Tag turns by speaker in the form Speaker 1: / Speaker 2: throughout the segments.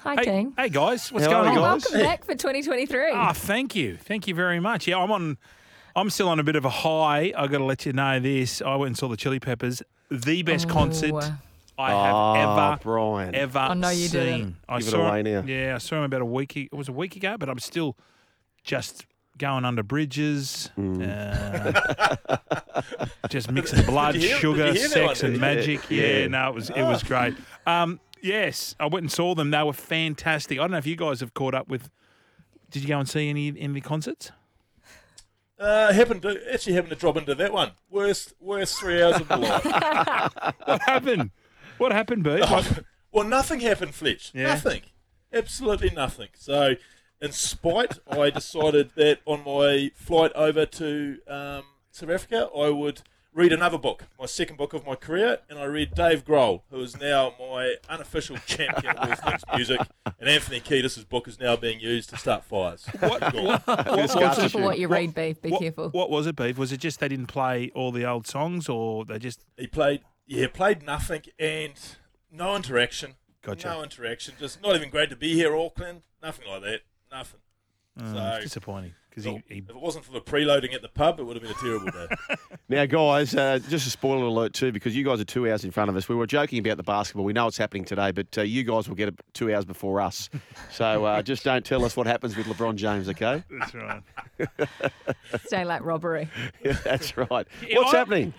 Speaker 1: Hi,
Speaker 2: Hey,
Speaker 1: team. Oh,
Speaker 2: hey guys, what's
Speaker 3: How
Speaker 2: going
Speaker 3: are
Speaker 2: on?
Speaker 3: you
Speaker 1: Welcome
Speaker 3: Hey.
Speaker 1: back for 2023.
Speaker 2: Ah, thank you, thank you very much. Yeah, I'm on. I'm still on a bit of a high. I got to let you know this. I went and saw the Chili Peppers, the best concert I have
Speaker 3: Ah,
Speaker 2: ever,
Speaker 3: Brian.
Speaker 2: ever
Speaker 1: I know you
Speaker 2: seen.
Speaker 1: didn't.
Speaker 2: I
Speaker 3: Give it
Speaker 2: saw
Speaker 3: away
Speaker 2: him,
Speaker 3: now.
Speaker 2: Yeah, I saw him about a week. It was a week ago, but I'm still just going under bridges,
Speaker 3: Mm.
Speaker 2: uh, just mixing blood,
Speaker 4: Did you hear-
Speaker 2: sugar,
Speaker 4: did you hear that
Speaker 2: sex,
Speaker 4: one?
Speaker 2: and
Speaker 4: Yeah.
Speaker 2: magic. Yeah,
Speaker 3: Yeah.
Speaker 2: no, it was it
Speaker 4: Ah.
Speaker 2: was great. Um, yes, I went and saw them. They were fantastic. I don't know if you guys have caught up with. Did you go and see any any concerts?
Speaker 4: Uh, happened to actually happened to drop into that one. Worst worst three hours of my life.
Speaker 2: What happened? Oh, What happened, B?
Speaker 4: well, nothing happened, Fletch.
Speaker 2: Yeah.
Speaker 4: Nothing. Absolutely nothing. So, in spite, I decided that on my flight over to um, South Africa, I would read another book, my second book of my career, and I read Dave Grohl, who is now my unofficial champion of all things music, and Anthony Kiedis' book is now being used to start fires.
Speaker 1: Be careful what you read, Beef. Be
Speaker 2: what,
Speaker 1: careful.
Speaker 2: What was it, Beef? Was it just they didn't play all the old songs, or they just
Speaker 4: He played, yeah, played nothing and no interaction.
Speaker 2: Gotcha.
Speaker 4: No interaction. Just not even great to be here, Auckland. Nothing like that. Nothing.
Speaker 2: Mm, it's
Speaker 4: so,
Speaker 2: disappointing? Because
Speaker 4: if
Speaker 2: he, he
Speaker 4: it wasn't for the preloading at the pub, it would have been a terrible day.
Speaker 3: Now, guys, uh, just a spoiler alert too, because you guys are two hours in front of us. We were joking about the basketball. We know it's happening today, but uh, you guys will get it two hours before us. So uh, just don't tell us what happens with LeBron James, okay?
Speaker 2: that's right.
Speaker 1: It's daylight robbery.
Speaker 3: Yeah, That's right.
Speaker 2: Yeah,
Speaker 3: What's
Speaker 2: I-
Speaker 3: happening?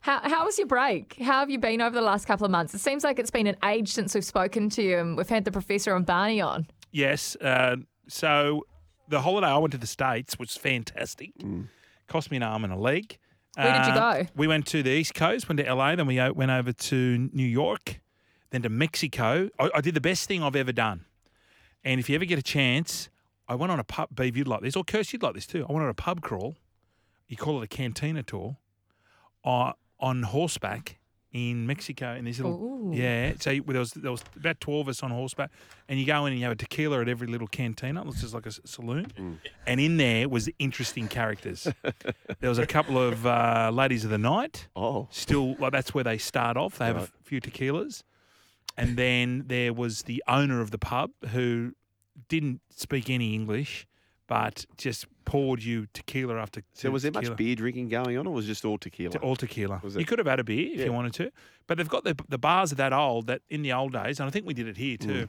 Speaker 1: How, how was your break? How have you been over the last couple of months? It seems like it's been an age since we've spoken to you, and we've had the professor and Barney on.
Speaker 2: Yes. Uh, so the holiday I went to the States was fantastic. Cost me an arm and a leg.
Speaker 1: Where did you
Speaker 2: Uh,
Speaker 1: go?
Speaker 2: We went to the East Coast, went to LA, then we o- went over to New York, then to Mexico. I, I did the best thing I've ever done. And if you ever get a chance, I went on a pub, Beav, you'd like this, or Curse, you'd like this too. I went on a pub crawl. You call it a cantina tour uh, on horseback in Mexico. In these little,
Speaker 1: Ooh.
Speaker 2: yeah. So you- there was there was about twelve of us on horseback, and you go in and you have a tequila at every little cantina. It looks just like a s- saloon,
Speaker 3: Mm.
Speaker 2: and in there was interesting characters. there was a couple of uh, ladies of the night.
Speaker 3: Oh,
Speaker 2: Still, like that's where they start off. They have a f- few tequilas, and then there was the owner of the pub who didn't speak any English, but just poured you tequila after.
Speaker 3: so was there much
Speaker 2: tequila.
Speaker 3: beer drinking going on, or was it just all tequila?
Speaker 2: All tequila.
Speaker 3: Was
Speaker 2: You
Speaker 3: it-
Speaker 2: could have had a beer if
Speaker 3: Yeah.
Speaker 2: you wanted to, but they've got the the bars are that old that in the old days, and I think we did it here too.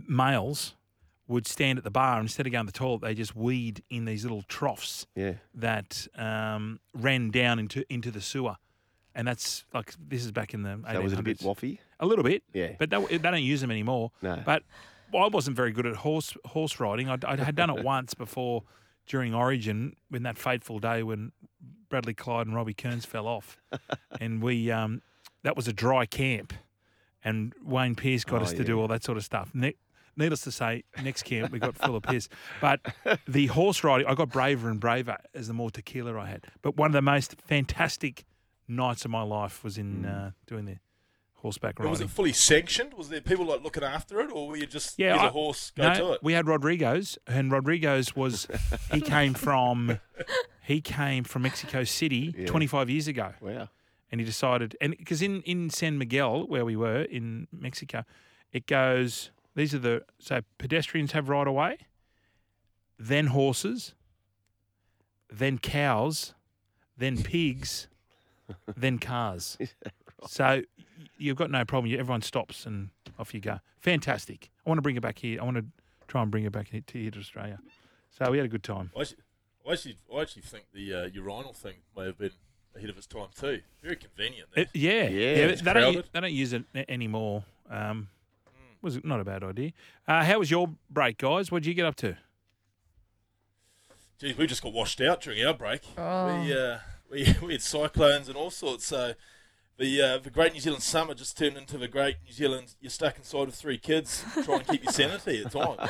Speaker 3: Mm.
Speaker 2: Males would stand at the bar and instead of going to the toilet, they just weed in these little troughs
Speaker 3: yeah.
Speaker 2: that um, ran down into into the sewer, and that's like this is back in the
Speaker 3: So
Speaker 2: 1800s.
Speaker 3: was it a bit waffy?
Speaker 2: A little bit,
Speaker 3: Yeah.
Speaker 2: But they, they don't use them anymore.
Speaker 3: No.
Speaker 2: But well, I wasn't very good at horse horse riding. I, I had done it once before during Origin, when that fateful day when Bradley Clyde and Robbie Kearns fell off, and we um, that was a dry camp, and Wayne Pearce got
Speaker 3: Oh,
Speaker 2: us to
Speaker 3: yeah.
Speaker 2: do all that sort of stuff. Ne- needless to say, next camp we got full of piss. But the horse riding, I got braver and braver as the more tequila I had. But one of the most fantastic nights of my life was in uh, doing the horseback
Speaker 4: But
Speaker 2: riding.
Speaker 4: Hmm. was it fully sanctioned? Was there people like looking after it, or were you just
Speaker 2: Yeah,
Speaker 4: yeah,
Speaker 2: I-
Speaker 4: a horse go
Speaker 2: no,
Speaker 4: to it?
Speaker 2: We had Rodrigo's, and Rodrigo's was he came from he came from Mexico City 25 years ago,
Speaker 3: Wow.
Speaker 2: and he decided and because in in San Miguel where we were in Mexico, it goes these are the so pedestrians have right of way, then horses, then cows, then pigs, then cars. So y- you've got no problem. You- Everyone stops and off you go. Fantastic. I want to bring it back here. I want to try and bring it back here to, here to Australia. So we had a good time.
Speaker 4: I actually, I actually, I actually think the uh, urinal thing may have been ahead of its time too. Very convenient. There.
Speaker 2: It- Uh, yeah.
Speaker 3: Yeah.
Speaker 2: but
Speaker 4: It's
Speaker 2: They don't, u-
Speaker 4: crowded.
Speaker 2: they don't use it a- anymore. Um, was it not a bad idea? Uh, how was your break, guys? What did you get up to?
Speaker 4: Geez, we just got washed out during our break.
Speaker 1: Oh.
Speaker 4: We, uh, we, we had cyclones and all sorts. So the uh, the Great New Zealand summer just turned into the Great New Zealand. You're stuck inside of three kids. Try and keep your sanity at times.
Speaker 2: Uh,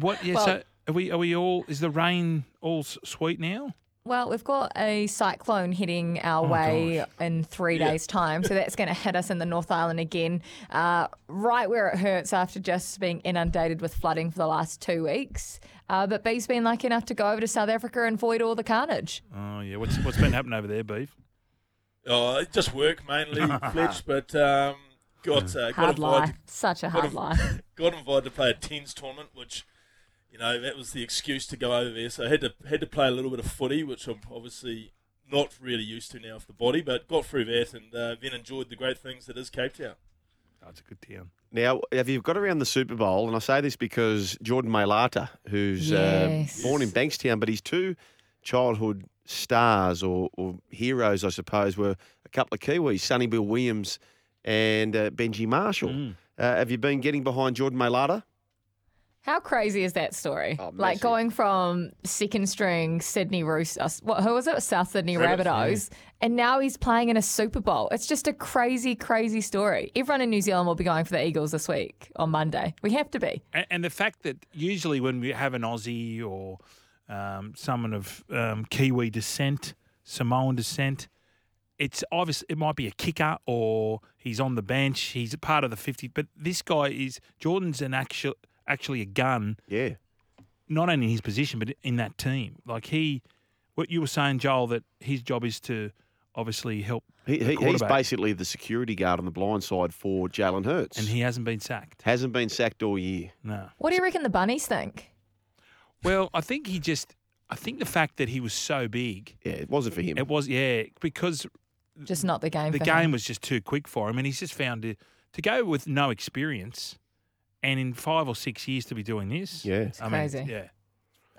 Speaker 2: What? Yeah.
Speaker 1: Well-
Speaker 2: so are we? Are we all? Is the rain all s- sweet now?
Speaker 1: Well, we've got a cyclone heading
Speaker 2: Oh,
Speaker 1: our way in three days' time, so that's going to hit us in the North Island again, uh, right where it hurts after just being inundated with flooding for the last two weeks. Uh, but B's been lucky enough to go over to South Africa and void all the carnage.
Speaker 2: Oh yeah. What's What's been happening over there, beef?
Speaker 4: Oh, just work mainly, Fletch. But um, got uh, got
Speaker 1: Hard lie,
Speaker 4: invited,
Speaker 1: such a
Speaker 4: got,
Speaker 1: hard lie.
Speaker 4: inv- got invited to play a tens tournament, which you know that was the excuse to go over there. So I had to had to play a little bit of footy, which I'm obviously not really used to now for the body, but got through that and uh, then enjoyed the great things that is Cape Town.
Speaker 2: Oh, it's a good town.
Speaker 3: Now, have you got around the Super Bowl? And I say this because Jordan Mailata, who's
Speaker 1: Yes.
Speaker 3: uh, born in Bankstown, but his two childhood stars or, or heroes, I suppose, were a couple of Kiwis, Sonny Bill Williams and uh, Benji Marshall.
Speaker 2: Mm.
Speaker 3: Uh, have you been getting behind Jordan Mailata?
Speaker 1: How crazy is that story?
Speaker 3: Oh,
Speaker 1: like
Speaker 3: massive.
Speaker 1: going from second string Sydney Roosters, what, who was it? South Sydney
Speaker 4: Rabbitohs,
Speaker 1: Rabbitohs, and now he's playing in a Super Bowl. It's just a crazy, crazy story. Everyone in New Zealand will be going for the Eagles this week on Monday. We have to be.
Speaker 2: And, and the fact that usually when we have an Aussie or um, someone of um, Kiwi descent, Samoan descent, it's obvious it might be a kicker or he's on the bench, he's a part of the 50. But this guy is, Jordan's an actual, actually a gun,
Speaker 3: Yeah.
Speaker 2: not only in his position, but in that team. Like he, what you were saying, Joel, that his job is to obviously help.
Speaker 3: He,
Speaker 2: the
Speaker 3: he, he's
Speaker 2: quarterback,
Speaker 3: basically the security guard on the blind side for Jalen Hurts.
Speaker 2: And he hasn't been sacked.
Speaker 3: hasn't been sacked all year.
Speaker 2: No.
Speaker 1: What do you reckon the bunnies think?
Speaker 2: Well, I think he just, I think the fact that he was so big.
Speaker 3: Yeah, it wasn't for him.
Speaker 2: It was, yeah, because
Speaker 1: Just not the game.
Speaker 2: the
Speaker 1: for
Speaker 2: game
Speaker 1: him.
Speaker 2: was just too quick for him, and he's just found it to go with no experience, and in five or six years to be doing this.
Speaker 3: Yeah.
Speaker 2: I mean,
Speaker 1: crazy.
Speaker 2: yeah,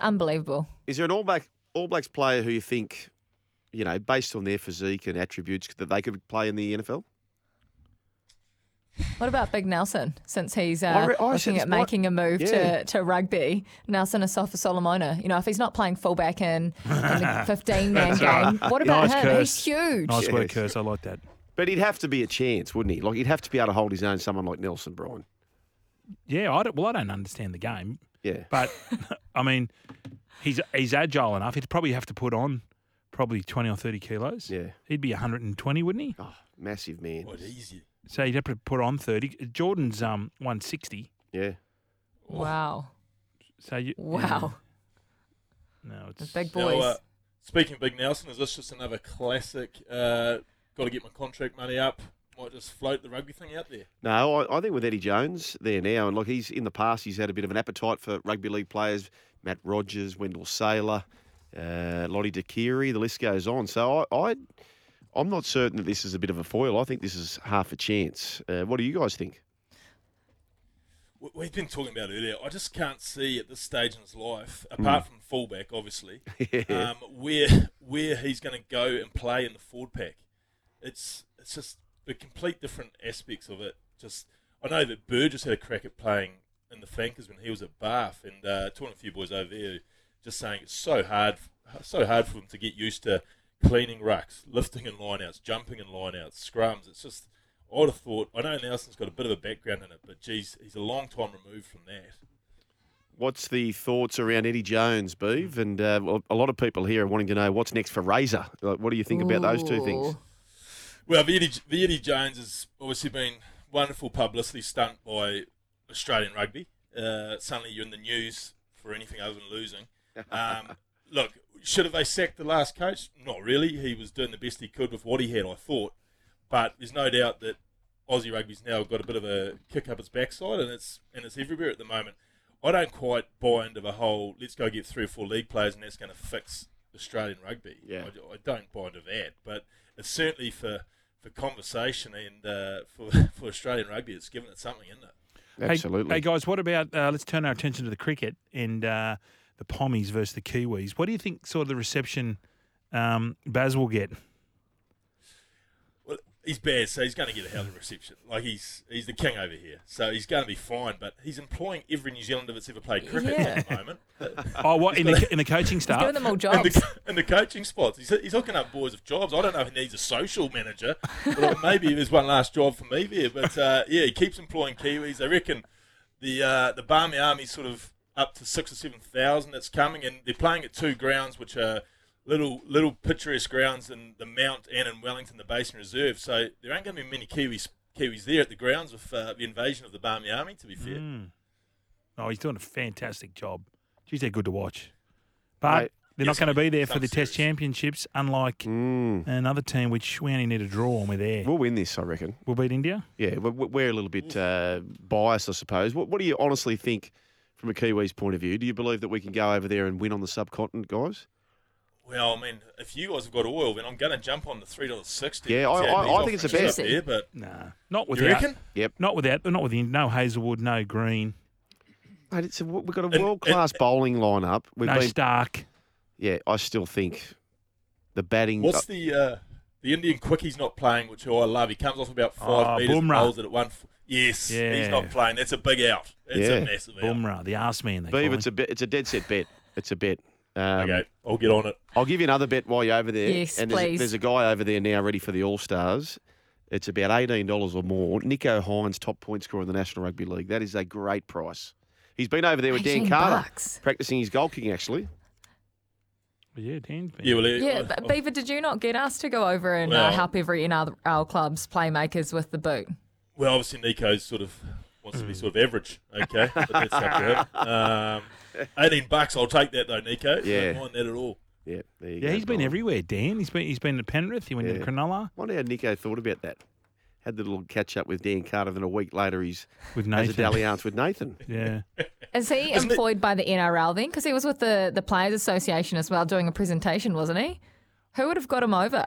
Speaker 1: unbelievable.
Speaker 3: Is there an All Black All Blacks player who you think, you know, based on their physique and attributes, that they could play in the NFL?
Speaker 1: What about Big Nelson? Since he's
Speaker 3: I
Speaker 1: uh,
Speaker 3: re- I said
Speaker 1: looking
Speaker 3: this
Speaker 1: at
Speaker 3: might-
Speaker 1: making a move
Speaker 3: Yeah.
Speaker 1: to, to rugby, Nelson Asafa Solomona. You know, if he's not playing fullback in, in the 15 man game, what about
Speaker 2: Nice
Speaker 1: him? He's
Speaker 2: curse.
Speaker 1: huge.
Speaker 2: nice work,
Speaker 3: Yes.
Speaker 2: Curse. I like that.
Speaker 3: But he'd have to be a chance, wouldn't he? Like he'd have to be able to hold his own. Someone like Nelson Bryan.
Speaker 2: Yeah, I don't, well, I don't understand the game,
Speaker 3: Yeah.
Speaker 2: but I mean, he's he's agile enough. He'd probably have to put on probably twenty or thirty kilos.
Speaker 3: Yeah.
Speaker 2: he'd be one hundred and twenty, wouldn't he?
Speaker 3: Oh, massive man.
Speaker 4: Quite easy.
Speaker 2: So he'd have to put on thirty. Jordan's um one sixty.
Speaker 3: Yeah.
Speaker 1: Wow.
Speaker 2: So you,
Speaker 1: Wow.
Speaker 2: yeah. no,
Speaker 1: The
Speaker 2: it's
Speaker 1: big
Speaker 4: Now,
Speaker 1: boys.
Speaker 4: uh, speaking of Big Nelson, is this just another classic? Uh, got to get my contract money up. Might just float the rugby thing out there.
Speaker 3: No, I, I think with Eddie Jones there now, and look, he's in the past he's had a bit of an appetite for rugby league players. Matt Rogers, Wendell Saylor, uh, Lottie Dakiri, the list goes on. So I, I, I'm not certain that this is a bit of a foil. I think this is half a chance. Uh, what do you guys think?
Speaker 4: We- We've been talking about it earlier. I just can't see at this stage in his life, apart from fullback, obviously, um, where where he's going to go and play in the forward pack. It's it's just the complete different aspects of it. Just I know that Burgess had a crack at playing in the flankers when he was at Bath, and uh, talking to a few boys over there, just saying it's so hard, so hard for them to get used to cleaning rucks, lifting in lineouts, jumping in lineouts, scrums. It's just I would have thought. I know Nelson's got a bit of a background in it, but geez, he's a long time removed from that.
Speaker 3: What's the thoughts around Eddie Jones, Beeve? And uh, well, a lot of people here are wanting to know what's next for Razor. Like, what do you think about those two things?
Speaker 1: Ooh.
Speaker 4: Well, the Eddie, the Eddie Jones has obviously been wonderful publicity stunt by Australian rugby. Uh, suddenly you're in the news for anything other than losing. Um, look, should have they sacked the last coach? Not really. He was doing the best he could with what he had, I thought. But there's no doubt that Aussie rugby's now got a bit of a kick up its backside, and it's and it's everywhere at the moment. I don't quite buy into the whole let's go get three or four league players and that's going to fix Australian rugby.
Speaker 3: Yeah.
Speaker 4: I, I don't buy into that, but it's certainly for for conversation and uh, for for Australian rugby, it's given it something, isn't it?
Speaker 2: Hey-
Speaker 3: Absolutely.
Speaker 2: Hey, guys, what about uh, let's turn our attention to the cricket and uh, the Pommies versus the Kiwis. What do you think sort of the reception um, Baz will get?
Speaker 4: Well, he's bad, so he's going to get a hell of a reception. Like he's he's the king over here, so he's going to be fine. But he's employing every New Zealander that's ever played cricket at the moment.
Speaker 2: Oh, what in the in the coaching
Speaker 1: He's
Speaker 2: staff?
Speaker 1: giving them all
Speaker 4: Uh, And
Speaker 1: jobs.
Speaker 4: the, and the coaching spots. He's, he's hooking up boys with jobs. I don't know if he needs a social manager, but maybe there's one last job for me there. But uh, yeah, he keeps employing Kiwis. I reckon the uh, the Barmy Army sort of up to six or seven thousand that's coming, and they're playing at two grounds which are little little picturesque grounds in the Mount and in Wellington, the Basin Reserve. So there aren't going to be many Kiwis Kiwis there at the grounds with uh, the invasion of the Barmy Army. To be fair,
Speaker 2: Oh, he's doing a fantastic job. Geez, they're good to watch. But
Speaker 3: Mate.
Speaker 2: they're
Speaker 4: Yes,
Speaker 2: not going to be there for
Speaker 4: some
Speaker 2: the Test
Speaker 4: series.
Speaker 2: Championships, unlike another team, which we only need a draw and we're there.
Speaker 3: We'll win this, I reckon.
Speaker 2: We'll beat India.
Speaker 3: Yeah, we're, we're a little bit uh, biased, I suppose. What, what do you honestly think from a Kiwis' point of view? Do you believe that we can go over there and win on the subcontinent, guys?
Speaker 4: well, I mean, if you guys have got oil, then I'm going to jump on the three dollars sixty.
Speaker 3: Yeah, I- I- I think it's a bet.
Speaker 4: There, but
Speaker 2: Nah, not
Speaker 4: you
Speaker 2: without.
Speaker 4: reckon?
Speaker 3: Yep.
Speaker 2: Not without. Not with India. No Hazelwood. No Green.
Speaker 3: Mate, it's a, we've got a
Speaker 4: and-
Speaker 3: world class bowling lineup. We've
Speaker 2: no
Speaker 3: been,
Speaker 2: Stark.
Speaker 3: yeah, I still think the batting.
Speaker 4: What's the uh, the Indian quickies not playing, which I love. He comes off about five
Speaker 2: Oh,
Speaker 4: meters and
Speaker 2: Bumrah.
Speaker 4: holds it at one. F- yes,
Speaker 2: Yeah.
Speaker 4: he's not playing. That's a big out. It's
Speaker 3: Yeah.
Speaker 4: a massive out.
Speaker 2: Bumrah, the ass man. They call
Speaker 3: Beav,
Speaker 2: him.
Speaker 3: it's a bet. It's a dead set bet. It's a bet. Um,
Speaker 4: Okay, I'll get on it.
Speaker 3: I'll give you another bet while you're over there.
Speaker 1: Yes,
Speaker 3: and there's, A,
Speaker 1: please.
Speaker 3: there's a guy over there now ready for the All Stars. It's about eighteen dollars or more. Nico Hines, top point scorer in the National Rugby League. That is a great price. He's been over there with Dan
Speaker 1: 18
Speaker 3: Carter,
Speaker 1: bucks.
Speaker 3: practicing his goal kicking. Actually,
Speaker 2: yeah, Dan's been.
Speaker 4: Yeah, well, uh,
Speaker 1: Yeah,
Speaker 4: I-
Speaker 1: but Beaver, did you not get us to go over and uh,
Speaker 4: oh. Well-
Speaker 1: help every NRL club's playmakers with the boot?
Speaker 4: Well, obviously Nico's sort of wants to be sort of average. Okay, but that's up to him. Um, Eighteen bucks, I'll take that though, Nico.
Speaker 3: Yeah.
Speaker 4: Don't mind that at all.
Speaker 3: yeah, there you
Speaker 2: yeah,
Speaker 3: go.
Speaker 2: he's been
Speaker 3: Brian.
Speaker 2: everywhere. Dan. He's been. He's been to Penrith. He went
Speaker 3: Yeah.
Speaker 2: to Cronulla
Speaker 3: Wonder how Nico thought about that. Had the little catch up with Dan Carter, then a week later he's
Speaker 2: with
Speaker 3: as a
Speaker 2: Nathan.
Speaker 3: dalliance with Nathan.
Speaker 2: Yeah.
Speaker 1: Is he
Speaker 4: Isn't it-
Speaker 1: employed by the NRL then? Because he was with the, the Players Association as well doing a presentation, wasn't he? Who would have got him over?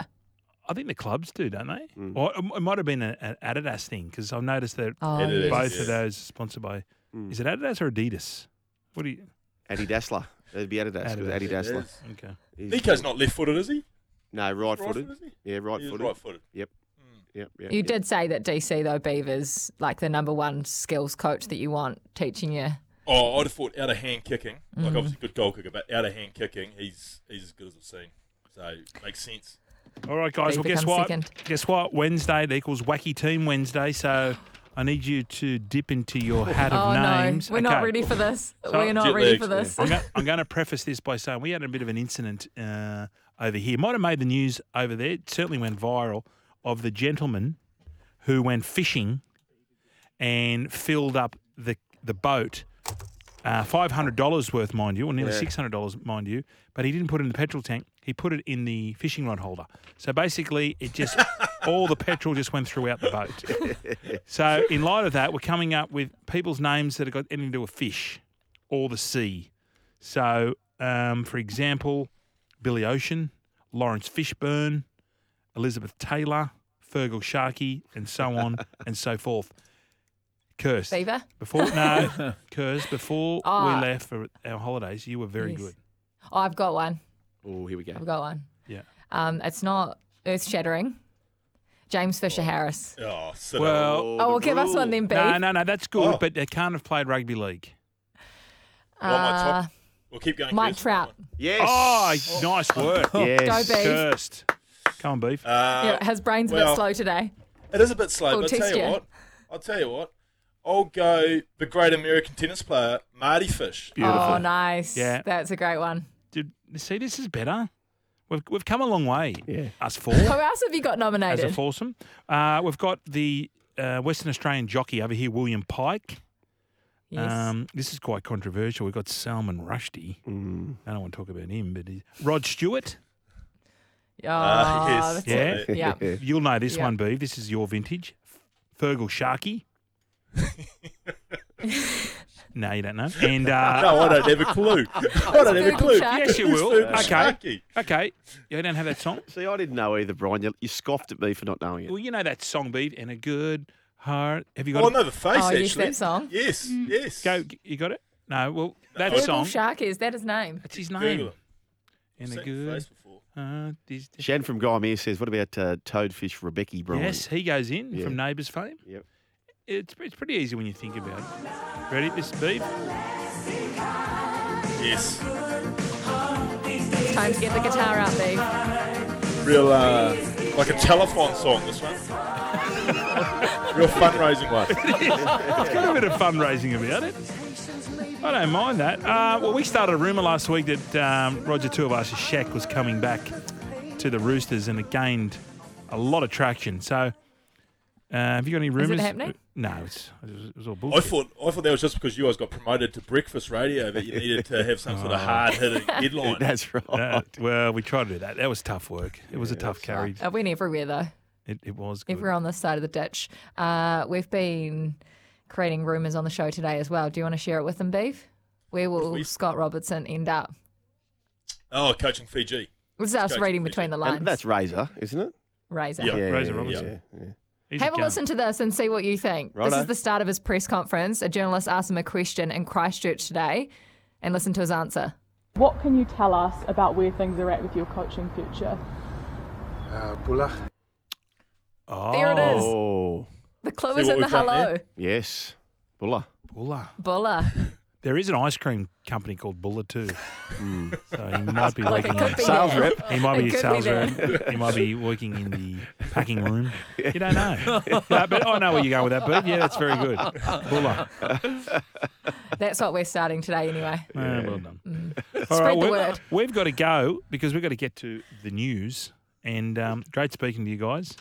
Speaker 2: I think the clubs do, don't they?
Speaker 3: Mm.
Speaker 2: Or it m- it might have been a- an Adidas thing because I've noticed that
Speaker 1: Oh,
Speaker 4: It is.
Speaker 2: both
Speaker 4: yes.
Speaker 2: of those are sponsored by.
Speaker 3: Mm.
Speaker 2: Is it Adidas or Adidas? What do you?
Speaker 3: Addy Dassler. That'd be Adidas. Adidas.
Speaker 2: Adidas.
Speaker 3: Addy Dassler.
Speaker 2: Okay.
Speaker 3: He's-
Speaker 4: Nico's not left-footed, is he?
Speaker 3: No, right footed.
Speaker 4: Right-footed, is
Speaker 3: Yeah, right
Speaker 4: He's
Speaker 3: footed.
Speaker 4: right-footed.
Speaker 3: Yep. Yep. yep,
Speaker 1: You
Speaker 3: yep.
Speaker 1: did say that DC though Beavers like the number one skills coach that you want teaching you.
Speaker 4: Oh, I'd have thought out of hand kicking. Like
Speaker 1: Mm-hmm.
Speaker 4: obviously good goal kicker, but out of hand kicking, he's he's as good as I've seen. So makes sense.
Speaker 2: All right, guys.
Speaker 1: They
Speaker 2: Well, guess
Speaker 1: become
Speaker 2: what?
Speaker 1: second.
Speaker 2: Guess what? Wednesday it equals Wacky Team Wednesday. So I need you to dip into your hat
Speaker 1: Oh
Speaker 2: of names.
Speaker 1: no, we're not
Speaker 2: Okay.
Speaker 1: ready for this.
Speaker 2: So-
Speaker 1: we're not
Speaker 4: Jet
Speaker 1: ready
Speaker 4: lags,
Speaker 1: for this.
Speaker 2: I'm, go- I'm going to preface this by saying we had a bit of an incident uh, over here. Might have made the news over there. It certainly went viral of the gentleman who went fishing and filled up the the boat. Uh, five hundred dollars worth, mind you, or nearly six hundred dollars, mind you. But he didn't put it in the petrol tank. He put it in the fishing rod holder. So basically, it just all the petrol just went throughout the boat. so in light of that, we're coming up with people's names that have got anything to do with fish or the sea. So, um, for example, Billy Ocean, Lawrence Fishburne, Elizabeth Taylor, Fergal Sharkey, and so on and so forth. Curse.
Speaker 1: Beaver?
Speaker 2: Before no, Curse. Before
Speaker 1: Ah.
Speaker 2: we left for our holidays, you were very
Speaker 1: Yes.
Speaker 2: good.
Speaker 1: Oh, I've got one.
Speaker 3: Oh, here we
Speaker 1: I've
Speaker 3: go.
Speaker 1: got one.
Speaker 2: Yeah.
Speaker 1: Um, it's not earth shattering. James Fisher Harris.
Speaker 4: Oh, sit
Speaker 2: Well,
Speaker 1: Oh, well, give us one then, Beav.
Speaker 2: no, no, no, that's good,
Speaker 4: Oh.
Speaker 2: but they can't have played rugby league.
Speaker 4: Well, my top-
Speaker 1: Uh,
Speaker 4: We'll keep going.
Speaker 1: Mike
Speaker 4: Kirsten.
Speaker 1: Trout.
Speaker 3: Yes.
Speaker 2: Oh, nice work.
Speaker 3: yes.
Speaker 1: Go, Beav.
Speaker 2: Cursed. Come on, beef.
Speaker 4: Uh,
Speaker 1: yeah, his brain's a bit
Speaker 4: well-
Speaker 1: slow today.
Speaker 4: It is a bit
Speaker 1: We'll
Speaker 4: slow, but I'll tell
Speaker 1: test
Speaker 4: you
Speaker 1: ya.
Speaker 4: what. I'll tell you what. I'll go the great American tennis player, Marty Fish.
Speaker 3: Beautiful.
Speaker 1: Oh, nice.
Speaker 2: Yeah.
Speaker 1: That's a great one.
Speaker 2: Did, see, this is better. We've, we've come a long way.
Speaker 3: Yeah.
Speaker 2: Us four.
Speaker 1: Who else have you got
Speaker 2: as a
Speaker 1: nominated?
Speaker 2: foursome. Uh, we've got the uh, Western Australian jockey over here, William Pike.
Speaker 1: yes.
Speaker 2: Um, this is quite controversial. We've got Salman Rushdie.
Speaker 4: Mm.
Speaker 2: I don't want to talk about him, but he's... Rod Stewart.
Speaker 1: oh,
Speaker 4: Ah, yes.
Speaker 1: that's-
Speaker 2: uh, Yeah.
Speaker 4: Yeah.
Speaker 1: yeah.
Speaker 2: You'll know this
Speaker 1: Yeah.
Speaker 2: one, Beeve. This is your vintage. Fergal Sharkey. no, you don't know. And uh,
Speaker 4: No, Oh, I don't have a clue. I don't have a
Speaker 1: Google
Speaker 4: clue.
Speaker 1: Sharky.
Speaker 2: yes, you
Speaker 4: Who's
Speaker 2: will.
Speaker 4: Fergal
Speaker 2: Okay,
Speaker 4: Sharkey?
Speaker 2: okay. You don't have that song.
Speaker 3: See, I didn't know either, Brian. You, you scoffed at me for not knowing it.
Speaker 2: Well, you know that song, Beeve. And a good heart. Have you got
Speaker 4: Oh, I
Speaker 2: it?
Speaker 4: know the face,
Speaker 1: Oh,
Speaker 4: actually.
Speaker 1: yes, that song. Mm.
Speaker 4: Yes, yes.
Speaker 2: Go. You got it? No. Well, that
Speaker 1: Fergal
Speaker 2: song.
Speaker 1: Sharkey, is that his name?
Speaker 2: That's his
Speaker 4: Google
Speaker 2: name.
Speaker 4: it. I've
Speaker 2: And a
Speaker 4: seen the
Speaker 2: good
Speaker 4: face before.
Speaker 2: heart is-
Speaker 3: Shan from Guy Mears says, "What about uh, Toadfish Rebecca Brian?"
Speaker 2: Yes, he goes in
Speaker 3: Yeah.
Speaker 2: from Neighbours fame.
Speaker 3: Yep.
Speaker 2: It's, it's pretty easy when you think about it. Ready? This beat.
Speaker 4: Yes.
Speaker 1: It's time to get the guitar out there.
Speaker 4: Real, uh, like a telethon song, this one. Real fundraising one.
Speaker 2: It's got a bit of fundraising about it. I don't mind that. Uh, well, we started a rumour last week that um, Roger Tuivasa Shack was coming back to the Roosters, and it gained a lot of traction. So, uh, have you got any rumours? Uh,
Speaker 1: happening?
Speaker 2: No, it's, it, was, it was all
Speaker 4: I
Speaker 2: bullshit.
Speaker 4: thought I thought that was just because you guys got promoted to breakfast radio that you needed to have some sort of hard hitting headline.
Speaker 3: That's right.
Speaker 2: Uh, well, we tried to do that. That was tough work. It was a tough carry.
Speaker 1: I went everywhere though.
Speaker 2: It, it was. Good.
Speaker 1: If we're on this side of the ditch, uh, we've been creating rumours on the show today as well. Do you want to share it with them, Beef? Where will
Speaker 4: We-
Speaker 1: Scott Robertson end up?
Speaker 4: Oh, coaching Fiji.
Speaker 1: It's us
Speaker 4: go
Speaker 1: reading
Speaker 4: to
Speaker 1: between the
Speaker 3: And
Speaker 1: lines.
Speaker 3: that's Razor, isn't it?
Speaker 1: Razor.
Speaker 4: Yeah.
Speaker 2: Razor Robinson.
Speaker 3: yeah, yeah.
Speaker 2: He's
Speaker 1: Have a
Speaker 2: gun.
Speaker 1: listen to this and see what you think. This
Speaker 3: Righto.
Speaker 1: is the start of his press conference. A journalist asked him a question in Christchurch today and listen to his answer.
Speaker 5: What can you tell us about where things are at with your coaching future?
Speaker 2: Oh,
Speaker 1: There it is.
Speaker 3: Oh,
Speaker 1: The clue
Speaker 4: See
Speaker 1: is
Speaker 4: what
Speaker 1: in the
Speaker 4: we've done
Speaker 1: hello.
Speaker 3: yes. Buller.
Speaker 2: Buller.
Speaker 1: Buller.
Speaker 2: There is an ice cream company called Buller too. So he might be
Speaker 1: Like it
Speaker 2: working.
Speaker 1: could be
Speaker 2: in,
Speaker 3: Sales
Speaker 1: there.
Speaker 3: rep.
Speaker 2: he might
Speaker 1: it
Speaker 2: be a
Speaker 1: could
Speaker 2: sales
Speaker 1: be there.
Speaker 2: rep. He might be working in the packing room. You don't know. No, but I know where you're going with that. But yeah, that's very good. Buller.
Speaker 1: That's what we're starting today anyway.
Speaker 2: Yeah, well done. All
Speaker 1: Mm. Spread the
Speaker 2: we've,
Speaker 1: word.
Speaker 2: we've got to go because we've got to get to the news. And um, great speaking to you guys.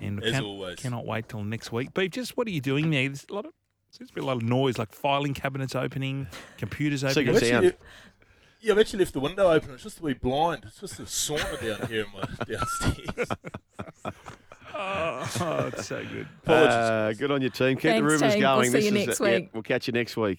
Speaker 2: And
Speaker 4: As always.
Speaker 2: cannot wait till next week. Beef, just what are you doing there? There's a lot of seems to be a lot of noise, like filing cabinets opening, computers
Speaker 3: Secret
Speaker 2: opening.
Speaker 4: I've actually,
Speaker 3: sound.
Speaker 4: yeah, I've actually left the window open. It's just a wee blind. It's just a sauna down here in my downstairs.
Speaker 2: Oh, it's so good.
Speaker 4: Apologies.
Speaker 2: Oh,
Speaker 3: Uh, good on your team. Keep the
Speaker 1: Thanks,
Speaker 3: rumours
Speaker 1: team. We'll
Speaker 3: going.
Speaker 1: see you
Speaker 3: is- uh,
Speaker 1: next
Speaker 3: yeah,
Speaker 1: week.
Speaker 3: we'll catch you next week.